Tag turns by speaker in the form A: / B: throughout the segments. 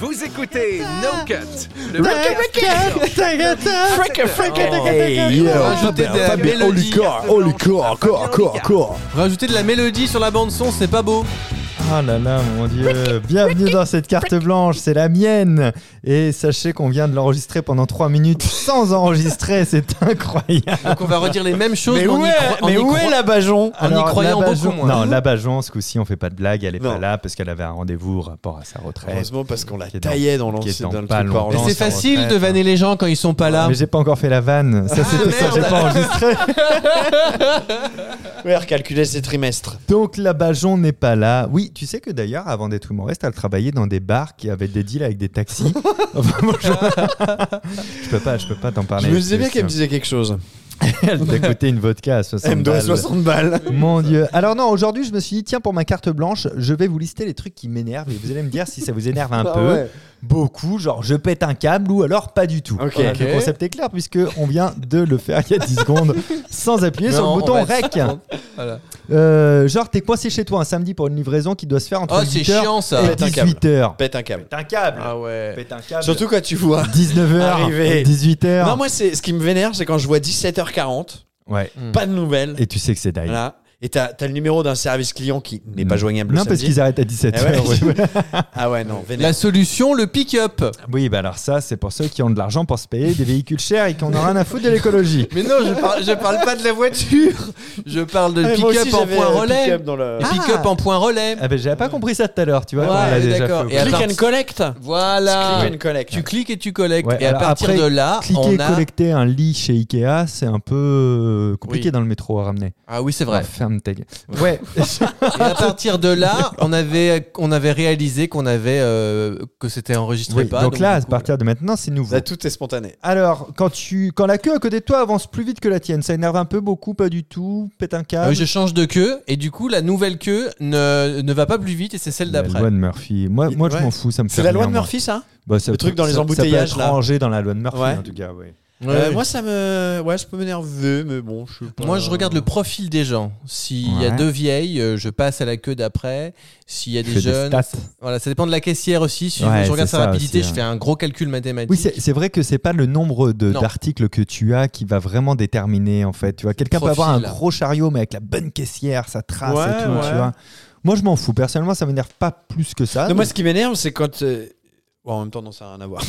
A: Vous écoutez Ah. No Cut, le
B: Hey, yo, Fabien,
C: de la
B: Fabien, oh
C: mélodie
B: le corps, oh le corps, corps, corps, corps.
C: Rajouter de la mélodie sur la bande son, c'est pas beau.
D: Ah là là, mon dieu. Bienvenue dans cette carte blanche, c'est la mienne. Et sachez qu'on vient de l'enregistrer pendant 3 minutes sans enregistrer, c'est incroyable.
C: Donc on va redire les mêmes choses.
B: Mais
C: on
B: où
C: y
B: est,
C: cro- on
B: mais
C: y
B: où
C: cro-
B: est la Bajon
C: On y croyait en
D: Labajon-
C: beaucoup moins.
D: Non, la Bajon, ce coup-ci, on fait pas de blague, elle est
B: Non.
D: pas là parce qu'elle avait un rendez-vous au rapport à sa retraite.
B: Heureusement parce qu'on la
D: Qui est
B: taillait dans
D: qui est
B: l'ancien
D: dans
B: dans le
D: pas
B: truc par
D: longtemps.
C: Mais
B: an.
C: c'est
D: Laurence en
C: facile
D: retraite,
C: de vanner les gens quand ils sont pas là.
D: Mais j'ai pas encore fait la vanne, ça c'est
C: Ah,
D: pour ça que j'ai
C: merde.
D: pas enregistré.
B: Ouais, recalculer ses trimestres.
D: Donc la Bajon n'est pas là. Oui, tu sais que d'ailleurs, avant d'être humoriste, elle travaillait dans des bars qui avaient des deals avec des taxis. Enfin, bon, je... je peux pas, je peux pas t'en parler.
B: Je me disais
D: Ah,
B: bien
D: C'est-
B: qu'elle me disait quelque chose.
D: Elle t'a coûté une vodka à 60
B: Elle me doit
D: balles.
B: 60 balles.
D: Mon dieu. Alors non, aujourd'hui, je me suis dit, tiens, pour ma carte blanche, je vais vous lister les trucs qui m'énervent et vous allez me dire si ça vous énerve un
B: Ah
D: peu,
B: ouais.
D: beaucoup, genre je pète un câble ou alors pas du tout.
B: Ok.
D: Le concept est clair puisque on vient de le faire il y a 10 secondes sans appuyer sur le
C: Non, on
D: bouton
C: va être-
D: REC.
C: Voilà.
D: Euh, genre t'es coincé chez toi un samedi pour une livraison qui doit se faire entre
C: Oh, c'est
D: 8h
C: chiant ça.
D: et
B: Pète un câble.
D: 18h.
B: Pète un câble.
D: Pète un câble.
C: Ah ouais.
D: Pète un câble.
B: Surtout quand tu vois.
D: 19h,
B: Arrivé.
D: 18h.
B: Non, moi, c'est ce qui me vénère, c'est quand je vois 17h40,
D: Ouais.
B: pas de nouvelles.
D: Hmm. Et tu sais que c'est dingue.
B: Mm. Voilà. Et t'as t'as le numéro d'un service client qui n'est pas joignable. le
D: Hmm. Non, parce
B: samedi.
D: qu'ils arrêtent à 17h.
B: Eh ouais. Ah ouais, non, vénère.
C: La solution, le pick-up.
D: Oui, bah alors ça, c'est pour ceux qui ont de l'argent pour se payer des véhicules chers et qui en ont rien à foutre de l'écologie.
C: Mais non, je parle, je parle pas de la voiture. Je parle de
B: Ah, moi
C: pick-up
B: aussi,
C: en
B: j'avais,
C: point
B: euh,
C: relais. Ah,
B: pick-up dans le-
C: Et pick-up en point relais.
D: Ah ben j'avais pas compris ça tout à l'heure, tu vois.
C: Ouais,
D: on l'a
C: mais
D: déjà
C: d'accord.
D: fait au
C: Et à
B: Click
C: part-
B: and collect.
C: Voilà.
B: Click and collect.
C: Tu cliques et tu collectes.
D: Ouais,
C: et à
D: alors
C: partir
D: après,
C: de là,
D: Cliquer
C: on
D: et
C: a.
D: collecter un lit chez Ikea, c'est un peu euh, compliqué
C: Oui.
D: dans le métro à ramener.
C: Ah oui, c'est
D: Ah,
C: vrai.
D: ferme ta gueule. Ouais.
C: Et à partir de là, on avait, on avait réalisé qu'on avait euh, que c'était enregistré
D: Oui,
C: pas.
D: donc, là, à
C: du coup,
D: partir de maintenant, c'est nouveau.
B: Là, tout est spontané.
D: Alors, quand, tu, quand la queue à côté de toi avance plus vite que la tienne, ça énerve un peu, beaucoup, pas du tout, pète un
C: euh,
D: câble.
C: je change de queue et du coup la nouvelle queue ne, ne va pas plus vite et c'est celle
D: La
C: d'après.
D: loi de Murphy. Moi, moi je
B: Ouais.
D: m'en fous, ça me fait
B: C'est la loi
D: rien,
B: de
D: moi.
B: Murphy, ça
D: Bah, ça
B: Le
D: peut-
B: truc dans les
D: ça-
B: embouteillages,
D: Ça peut être
B: là.
D: rangé dans la loi de Murphy,
B: Ouais.
D: en tout cas, oui.
C: Ouais,
B: Euh,
C: ouais. moi,
B: Moi, ça me. Ouais, je peux m'énerver, mais bon, je sais pas.
C: je regarde le profil des gens. S'il y a
D: Ouais.
C: deux vieilles, euh, je passe à la queue d'après. S'il y a des
D: Fais
C: jeunes,
D: stats.
C: voilà, ça dépend de la caissière aussi. Si
D: Ouais,
C: je regarde
D: c'est
C: sa
D: ça
C: rapidité,
D: aussi,
C: je
D: hein.
C: fais un gros calcul mathématique.
D: Oui, c'est c'est vrai que c'est pas le nombre de-
C: Non.
D: d'articles que tu as qui va vraiment déterminer en fait. Tu vois, quelqu'un peut
C: Profil.
D: avoir un gros chariot mais avec la bonne caissière, ça trace
B: Ouais,
D: et tout.
B: ouais.
D: Tu vois. Moi, je m'en fous. Personnellement, ça m'énerve pas plus que ça.
B: Non, moi, ce qui m'énerve, c'est quand. euh, bon, en même temps, non, ça n'a rien à voir.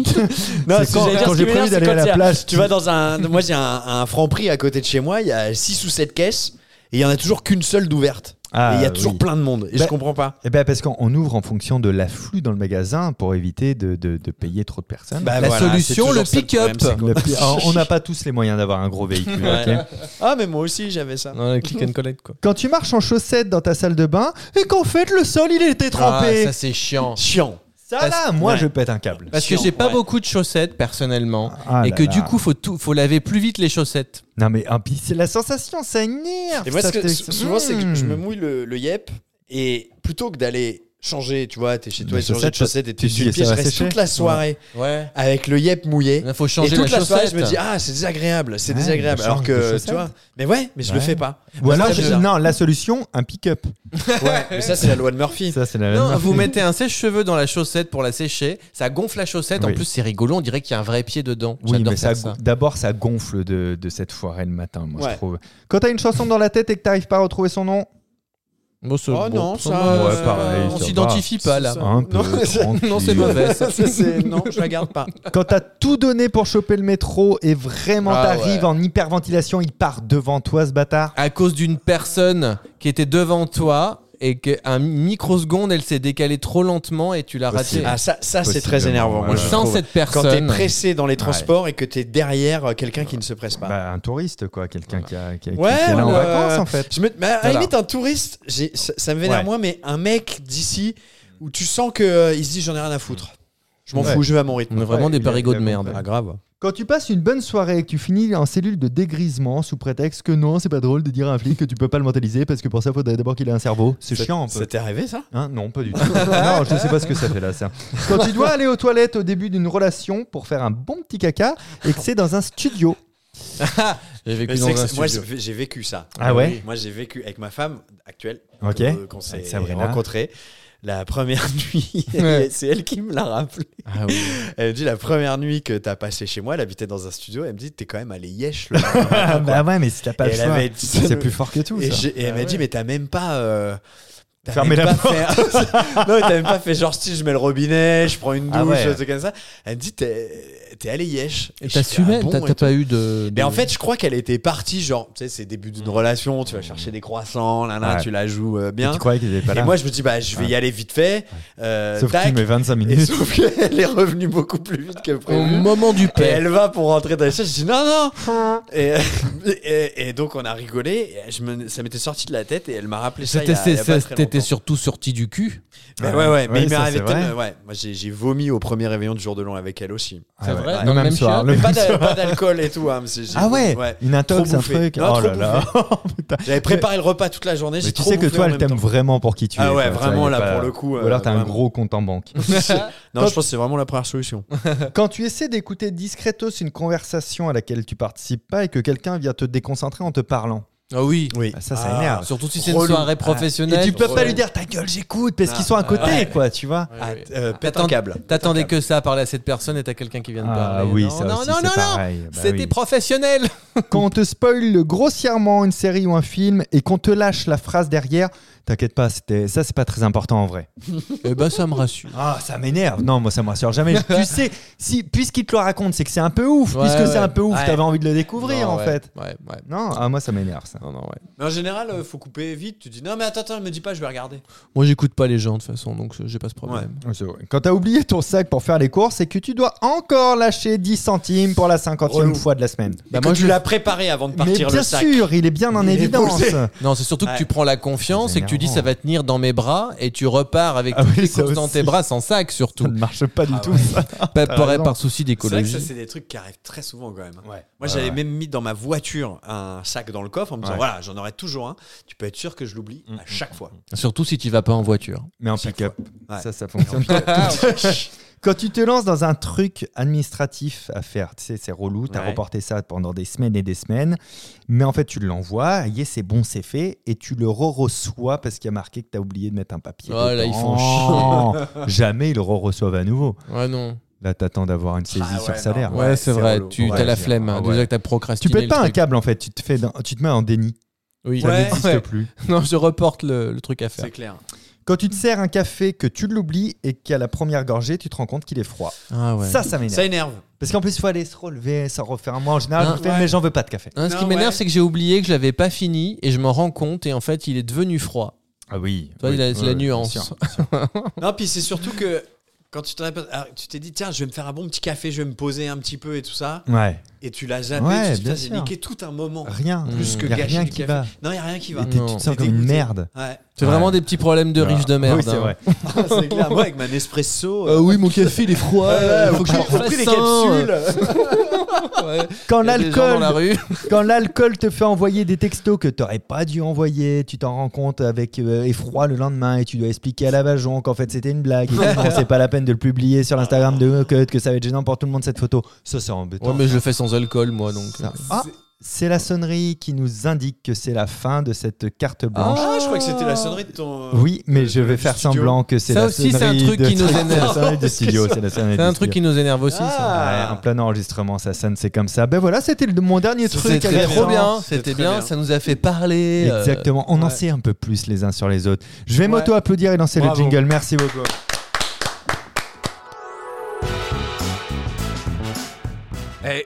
B: non,
D: C'est
B: ce que
D: quand-
B: j'allais dire,
D: quand
B: ce qui
D: j'ai prévu
B: m'énerve, c'est
D: d'aller à
B: quand
D: la
B: il y a-
D: plage,
B: Tu vas dans un. Moi, j'ai un, un franc prix à côté de chez moi, il y a 6 ou 7 caisses, et il y en a toujours qu'une seule d'ouverte.
D: Ah,
B: et il y a toujours
D: oui.
B: plein de monde, et
D: Bah-
B: je comprends pas.
D: Eh ben, parce qu'on on ouvre en fonction de l'afflux dans le magasin pour éviter de, de- de payer trop de personnes.
B: Bah,
C: la
B: voilà,
C: solution,
B: c'est
C: le
B: toujours ça,
C: pick-up.
B: problème, c'est
D: Le pi- Alors, on n'a pas tous les moyens d'avoir un gros véhicule.
B: Ouais.
D: ok
B: que- Ah, mais moi aussi, j'avais ça.
C: Non, le click and collect quoi.
D: Quand tu marches en chaussettes dans ta salle de bain et qu'en fait le sol il était
C: Ah,
D: trempé.
C: ça c'est chiant.
B: Chiant.
D: ça,
C: parce-
D: là, moi
B: ouais.
D: je pète un câble.
C: Parce que
B: Chiant,
C: j'ai pas
B: ouais.
C: beaucoup de chaussettes personnellement
D: Ah
C: et
D: là
C: que du
D: là.
C: coup faut tout, faut laver plus vite les chaussettes.
D: Non mais un pis, c'est la sensation, ça énerve.
B: Et moi,
D: ça
B: ce que,
D: te-
B: souvent, c'est que je me
D: Mm.
B: mouille le, le yep, et plutôt que d'aller changer, tu vois, t'es chez toi,
D: Les
B: et changer
D: chaussettes,
B: de chaussettes, et
D: tu
B: t'es
D: dis,
B: sur le
D: ça
B: pied, je
D: va
B: reste
D: sécher.
B: toute la soirée
C: Ouais.
B: avec le yep mouillé.
C: Il faut changer
B: et toute
C: la
B: la, soirée,
C: chaussette.
B: je me dis, ah, c'est désagréable, c'est
D: Ouais,
B: désagréable.
D: mais
B: Alors
D: change
B: que,
D: de
B: tu vois, mais ouais, mais je le
D: Ouais.
B: fais pas.
D: Ou alors,
B: c'est
D: je-
B: bizarre.
D: non, la solution, un pick-up.
B: Ouais, mais ça, c'est la loi de Murphy.
D: Ça, c'est la
C: ah, Non,
D: même
C: vous
D: affaire.
C: mettez un sèche-cheveux dans la chaussette pour la sécher, ça gonfle la chaussette. En
D: Oui.
C: plus, c'est rigolo, on dirait qu'il y a un vrai pied dedans.
D: Oui,
C: J'adore
D: mais ça,
C: faire ça.
D: gon- d'abord, ça gonfle de, de cette foirée le matin, moi,
B: Ouais.
D: je trouve. Quand t'as une chanson dans la tête et que t'arrives pas à retrouver son nom,
C: Bon, c'est
B: Oh
C: bon.
B: non, ça,
C: Ouais,
B: euh,
D: pareil,
C: on
D: ça
C: s'identifie pas là.
B: Ça-
D: un peu.
B: Bah, non, c'est-
D: tranquille.
C: Non, c'est mauvais. ça.
B: Ça, c'est- non, je la garde pas.
D: Quand t'as tout donné pour choper le métro et vraiment
C: Ah,
D: t'arrives
C: ouais.
D: en hyperventilation, il part devant toi, ce bâtard.
C: À cause d'une personne qui était devant toi et qu'un microseconde, elle s'est décalée trop lentement et tu l'as ratée.
D: Possible.
B: Ah, ça, ça c'est
D: Possiblement,
B: très énervant. Moi,
D: ouais.
B: je
C: Sans
B: trouve.
C: cette
B: Quand t'es
C: personne.
B: pressé dans les transports et que t'es derrière euh, quelqu'un qui ne se presse pas.
D: Bah, un touriste, quoi, quelqu'un qui, a- qui, a- qui
B: Ouais,
D: est là en
B: euh,
D: vacances, en fait.
B: Je me, mais à la
C: Voilà.
B: limite, un touriste, j'ai- ça, ça me vénère
D: Ouais.
B: moi, mais un mec d'ici où tu sens que euh, il se dit j'en ai rien à foutre. Je m'en
D: Ouais.
B: fous, je vais à mon rythme.
C: On est vraiment
D: Ouais,
C: des
D: il a-
C: parigots
D: il a
C: de merde.
D: compris.
B: Ah, grave.
D: Quand tu passes une bonne soirée et que tu finis en cellule de dégrisement sous prétexte que non, c'est pas drôle de dire à un flic que tu peux pas le mentaliser parce que pour ça, faut d'abord qu'il ait un cerveau. C'est
B: Ça-
D: chiant un peu.
B: Ça t'est arrivé ça
D: Hein non, pas du tout. non, je sais pas ce que ça fait là, ça. Quand tu dois aller aux toilettes au début d'une relation pour faire un bon petit caca et que c'est dans un studio.
C: J'ai vécu
B: Mais
C: dans
B: c'est
C: un
B: que- moi,
C: studio.
B: j'ai j'ai vécu ça.
D: Ah ouais
B: Oui. Moi, j'ai vécu avec ma femme actuelle.
D: Ok.
B: euh,
C: Ah,
B: Qu'on s'est
D: Avec Sabrina.
B: rencontrés. La première nuit,
C: Ouais.
B: c'est elle qui me l'a rappelé.
C: Ah oui.
B: Elle me dit la première nuit que t'as passé chez moi, elle habitait dans un studio. Elle me dit t'es quand même allé yesh. Le matin,
D: Ah, bah
B: quoi.
D: ouais, mais si t'as pas
B: Et
D: le
B: elle
D: choix,
B: avait dit-
D: c'est plus fort que tout.
B: Et,
D: ça.
B: j'ai- et elle
C: Ah
B: m'a dit,
C: ouais.
B: mais t'as même pas. euh, t'as
D: Fermé
B: même
D: la
B: pas Fait... non, mais t'as même pas fait genre si je mets le robinet, je prends une douche,
D: Ah ouais.
B: un truc comme ça. Elle me dit, t'es t'es allé yesh.
C: Et
B: je
C: t'as
B: fais,
C: su
B: ah
C: même,
B: bon,
C: t'as
B: et
C: t'as
B: tout.
C: pas eu de.
B: Mais
C: de-
D: Mm.
B: en fait, je crois qu'elle était partie, genre, tu sais, c'est début d'une relation, tu vas chercher des croissants, là, là,
D: Mm. Ouais.
B: tu la joues euh,
D: Et
B: bien.
D: tu croyais qu'il était pas
B: Et,
D: là.
B: moi, je me dis, bah, je vais y aller vite fait. euh,
D: Sauf que tu
B: tac.
D: mets 25
B: Et
D: minutes.
B: sauf qu'elle est revenue beaucoup plus vite que
C: au
B: prévu.
C: moment du
B: Et
C: père.
B: elle va pour rentrer dans les chaises, je dis non, non et, et- et donc on a rigolé, et je me- ça m'était sorti de la tête et elle m'a rappelé ça. il y a- il y a pas très
C: T'étais
B: longtemps.
C: surtout sorti du cul.
B: Mais ouais, ouais, mais
D: Ouais,
B: il m'est
D: ça,
B: arrivé
D: c'est
B: tellement-
D: vrai.
B: ouais, moi j'ai j'ai vomi au premier réveillon du jour de l'an avec elle aussi.
D: Ah
C: C'est
D: ouais.
C: vrai,
D: Le
C: dans le
D: même
C: même
D: soir.
C: chiotte.
D: le
B: Mais pas
D: même
B: d'a-
D: soir.
B: pas d'alcool et tout. hein, mais c'est- j'ai-
D: Ah ouais, Une intox,
B: Trop
D: un
B: bouffé.
D: truc.
B: Non,
D: oh
B: trop
D: là là. Putain.
B: J'avais préparé le repas toute la journée.
D: Mais
B: j'ai
D: tu
B: trop
D: sais que
B: bouffé
D: toi,
B: en
D: elle
B: même
D: t'aime
B: temps.
D: vraiment pour qui tu es.
B: Ah ouais,
D: quoi. Ça, y
B: vraiment
D: a
B: là
D: pas-
B: pour le coup. euh,
D: Ou alors t'as un
B: vraiment.
D: gros compte en banque.
B: Non, je pense que c'est vraiment la première solution.
D: Quand tu essaies d'écouter discretos une conversation à laquelle tu participes pas et que quelqu'un vient te déconcentrer en te parlant,
C: Ah oui.
B: Oui.
D: Ah, ça, ça
B: Ah.
D: énerve.
C: Surtout si c'est une
B: Relou.
C: soirée
D: Ah. Et
C: professionnelle.
D: tu peux pas
C: Ouais.
D: lui dire ta gueule, j'écoute, parce
B: Ah,
D: qu'ils sont à côté,
B: ouais.
D: quoi, tu vois.
C: Ouais, ouais.
B: euh, pète
C: T'attends-
B: un câble.
C: T'attendais que ça, parler à cette personne et t'as quelqu'un qui vient de
D: Ah
C: parler.
D: oui,
C: non,
D: ça
C: non,
D: aussi,
C: non,
D: c'est
C: non, non.
D: pareil. Bah
C: C'était
D: oui.
C: professionnel.
D: Quand on te spoil grossièrement une série ou un film et qu'on te lâche la phrase derrière, t'inquiète pas, c'était ça c'est pas très important en vrai.
C: Eh ben, ça me rassure.
D: Ah, ça m'énerve. Non, moi ça me rassure jamais. tu sais, si puisqu'il te le raconte, c'est que c'est un peu ouf,
C: Ouais,
D: puisque c'est
C: ouais.
D: un peu ouf,
B: Ouais.
D: t'avais envie de le découvrir
C: Non,
D: en
C: ouais.
D: fait.
C: Ouais, ouais.
D: Non, ah moi ça m'énerve ça.
C: Non, non, ouais.
B: Mais en général, euh, faut couper vite. Tu dis non, mais attends, attends, me dis pas, je vais regarder.
C: Moi, j'écoute pas les gens de toute façon, donc euh, j'ai pas ce problème.
D: Ouais, c'est vrai. Quand t'as oublié ton sac pour faire les courses et que tu dois encore lâcher 10 centimes pour la cinquantième
B: Relou.
D: fois de la semaine.
C: Bah,
B: Et
C: moi,
B: que tu
C: je-
B: l'as préparé avant de
D: Mais
B: partir
D: bien
B: le sac.
D: sûr, il est bien en
B: Il est
D: évidence.
B: posé.
C: Non, c'est surtout que
B: Ouais.
C: tu prends la confiance
D: C'est
C: et que tu dis
D: énervant.
C: ça va tenir dans mes bras et tu repars avec
D: Ah
C: toutes
D: oui,
C: les
D: ça
C: courses dans
D: aussi.
C: tes bras sans sac
D: Ça
C: surtout.
D: ne marche pas du
B: Ah
D: tout
B: ouais.
D: ça.
C: Pas-
D: t'as
C: par,
D: raison.
C: par souci
B: C'est vrai que ça,
C: d'écologie.
B: c'est des trucs qui arrivent très souvent quand même.
D: Ouais.
B: Moi, j'avais même mis dans ma voiture un sac dans le coffre en me disant
D: Ouais.
B: voilà, j'en aurai toujours un. Tu peux être sûr que je l'oublie
D: Mm,
B: à chaque fois.
C: Surtout si tu vas pas en voiture.
D: Mais en
B: Chaque
D: pick-up,
B: fois. Ah Ouais.
D: ça, ça fonctionne pas. Quand tu te lances dans un truc administratif à faire, tu sais, c'est relou, t'as
B: Ouais.
D: reporté ça pendant des semaines et des semaines, mais en fait, tu l'envoies, y est, c'est bon, c'est fait, et tu le re-reçois parce qu'il y a marqué que t'as oublié de mettre un papier.
C: Oh là, ils
D: dedans. Jamais ils le re-reçoivent à nouveau.
C: Ouais, non.
D: Là, t'attends d'avoir une saisie
B: Ah ouais,
D: sur
B: non.
D: salaire.
C: Bah Ouais,
B: Ouais,
C: c'est
B: c'est
C: vrai.
B: relou.
C: Tu
D: Ouais,
C: as la
D: c'est-
C: flemme.
D: ah
C: hein.
D: ouais.
C: Déjà que t'as
D: Tu
C: procrastiné.
D: pètes pas
C: le
D: un
C: truc.
D: câble, en fait, tu te, fais dans- tu te mets en déni.
C: Oui.
D: Ça
B: Ouais.
D: n'existe
C: Ouais.
D: plus.
C: Non, je reporte le, le truc à faire.
B: C'est clair.
D: Quand tu te sers un café, que tu l'oublies et qu'à la première gorgée, tu te rends compte qu'il est froid.
C: Ah ouais.
D: Ça, ça m'énerve.
B: Ça énerve.
D: Parce qu'en plus, il faut aller se relever, s'en refaire un mois. En général,
C: Ah,
D: je le fais,
B: ouais.
D: mais j'en veux pas de café.
C: Hein, ce
B: Non,
C: qui m'énerve,
B: ouais.
C: c'est que j'ai oublié que je l'avais pas fini et je m'en rends compte et en fait, il est devenu froid.
D: Ah oui.
C: Tu vois,
D: oui,
C: il a- c'est la
D: oui, bien
C: nuance.
D: sûr.
B: Non, puis c'est surtout que quand tu t'en as pas- ah, tu t'es dit tiens, je vais me faire un bon petit café, je vais me poser un petit peu et tout ça,
D: Ouais,
B: et tu l'as zappé.
D: Ouais,
B: tu te dis,
D: bien
B: Putain, j'ai
D: sûr.
B: niqué tout un moment.
D: rien.
B: Plus
C: Mm.
B: que
D: Y a
B: gâcher
D: rien
B: du
D: qui
B: café.
D: va.
B: Non, y a rien qui va.
D: Et t'es-
C: Non.
D: tu te sens
B: T'es
D: comme une
B: dégoûté.
D: merde.
B: Ouais.
C: C'est vraiment des petits problèmes de riches de merde.
D: Oui, c'est
C: hein. Ah
D: vrai.
B: Ah, c'est clair. Moi, avec mon espresso. euh,
C: oui, mon café, il est froid.
B: ouais, au prix- au prix des capsules.
D: Quand
C: Dans la
D: l'alcool,
C: rue.
D: quand l'alcool te fait envoyer des textos que t'aurais pas dû envoyer, tu t'en rends compte avec euh, effroi le lendemain et tu dois expliquer à la Bajon qu'en fait c'était une blague. Et que non, c'est pas la peine de le publier sur l'Instagram de Cut, que ça va être gênant pour tout le monde cette photo. Ça, c'est embêtant.
C: Ouais, mais je le fais sans alcool, moi, donc. euh.
D: Ça. Ah, c'est la sonnerie qui nous indique que c'est la fin de cette carte blanche.
B: Ah, je crois que c'était la sonnerie de ton. euh,
D: Oui, mais je vais
B: du
D: faire
B: studio.
D: semblant que c'est
C: Ça
D: la
C: aussi,
D: sonnerie.
C: c'est un truc
D: de-
C: qui nous
D: c'est la
C: énerve.
D: sonnerie du studio, c'est la sonnerie
C: C'est un
D: du
C: truc
D: studio.
C: qui nous énerve aussi, ça.
D: Ouais,
B: Ah.
D: en plein enregistrement, ça sonne, c'est comme ça. Ben voilà, c'était le- mon dernier truc.
C: C'était
D: avec
C: trop
D: Laurent.
C: bien,
B: C'était
C: c'était
B: très
C: bien,
B: bien.
C: ça nous a fait parler. euh,
D: Exactement, on en
B: ouais.
D: sait un peu plus les uns sur les autres. Je vais
B: Ouais.
D: m'auto-applaudir et lancer
B: Bravo.
D: le jingle, merci beaucoup.
A: Eh,